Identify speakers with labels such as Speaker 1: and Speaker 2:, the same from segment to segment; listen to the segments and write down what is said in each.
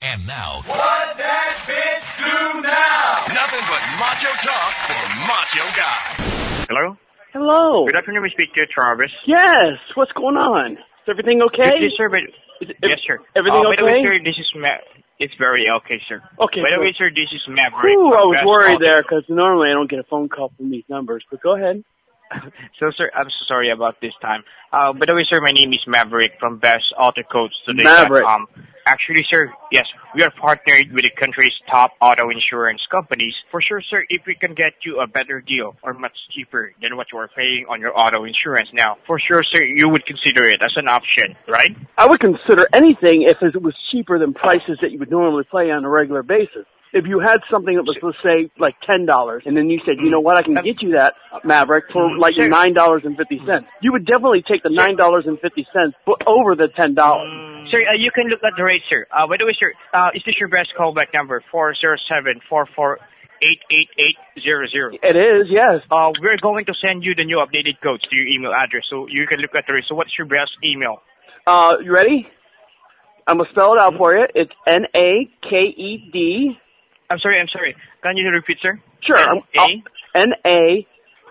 Speaker 1: And now,
Speaker 2: What that bitch do now?
Speaker 3: Nothing but macho talk for macho guys.
Speaker 4: Hello?
Speaker 5: Hello.
Speaker 4: Good afternoon, we speak to Travis.
Speaker 5: Yes. What's going on? Is everything okay?
Speaker 4: Yes, sir, but,
Speaker 5: Is-
Speaker 4: yes, sir.
Speaker 5: Everything
Speaker 4: uh, By the way,
Speaker 5: okay?
Speaker 4: sir, this is Ma- It's very okay, sir.
Speaker 5: Okay,
Speaker 4: By the way,
Speaker 5: good.
Speaker 4: sir, this is Maverick.
Speaker 5: Ooh, I was
Speaker 4: That's all.
Speaker 5: worried there because normally I don't get a phone call from these numbers. But go ahead.
Speaker 4: So, sir, I'm so sorry about this time. Uh, by the way, sir, my name is Maverick from Best Auto Codes today.
Speaker 5: Maverick.
Speaker 4: Um, actually, sir, yes, we are partnered with the country's top auto insurance companies. For sure, sir, if we can get you a better deal or much cheaper than what you are paying on your auto insurance now, for sure, sir, you would consider it as an option, right?
Speaker 5: I would consider anything if it was cheaper than prices that you would normally pay on a regular basis. If you had something that was, let's say, like ten dollars, and then you said, you know what, I can get you that Maverick for like
Speaker 4: Mm-hmm. Sure.
Speaker 5: nine dollars and fifty cents, you would definitely take the nine dollars and fifty cents over the ten dollars.
Speaker 4: Sir, uh, you can look at the rate, sir. Uh, by the way, sir, uh, is this your best callback number? Four zero seven four four eight eight eight zero zero.
Speaker 5: It is, yes.
Speaker 4: Uh, we're going to send you the new updated codes to your email address, so you can look at the rate. So what's your best email?
Speaker 5: Uh, you ready? I'm gonna spell it out for you. It's N A K E D.
Speaker 4: I'm sorry, I'm sorry. Can you repeat, sir?
Speaker 5: Sure. I'm-
Speaker 4: A
Speaker 5: I'll- N A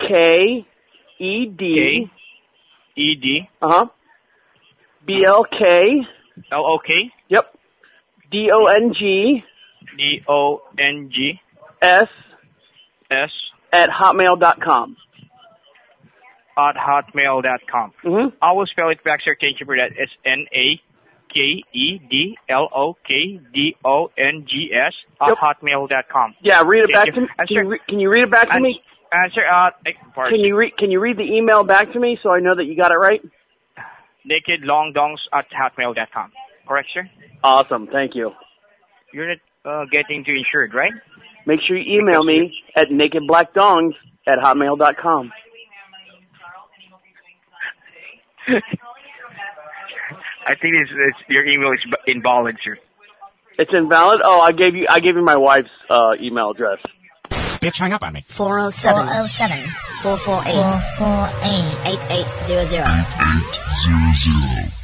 Speaker 5: K E D.
Speaker 4: K E D
Speaker 5: Uh huh. B L K.
Speaker 4: L O K
Speaker 5: Yep. D O N G
Speaker 4: D O N G
Speaker 5: S
Speaker 4: S
Speaker 5: at hotmail dot com.
Speaker 4: at hotmail dot com.
Speaker 5: Mm-hmm.
Speaker 4: I will spell it back, sir. Thank you for that. It's N A K E D L O K D O N G S at
Speaker 5: Yep.
Speaker 4: hotmail dot com.
Speaker 5: Yeah, read it
Speaker 4: Thank
Speaker 5: back
Speaker 4: you.
Speaker 5: to me.
Speaker 4: I'm
Speaker 5: Can you,
Speaker 4: sure-
Speaker 5: re- can you read it back to
Speaker 4: And,
Speaker 5: me?
Speaker 4: and sir, uh, eh, pardon.
Speaker 5: Can you read? Can you read the email back to me so I know that you got it right?
Speaker 4: nakedlongdongs at hotmail dot com. Correct, sir?
Speaker 5: Awesome. Thank you.
Speaker 4: You're not uh, getting too insured, right?
Speaker 5: Make sure you email me at nakedblackdongs at hotmail dot com.
Speaker 4: I think it's, it's your email is b- invalid, sir.
Speaker 5: It's invalid. Oh, I gave you I gave you my wife's uh, email address.
Speaker 6: Bitch, hang up on me.
Speaker 7: 407 448 8800.
Speaker 8: 8800.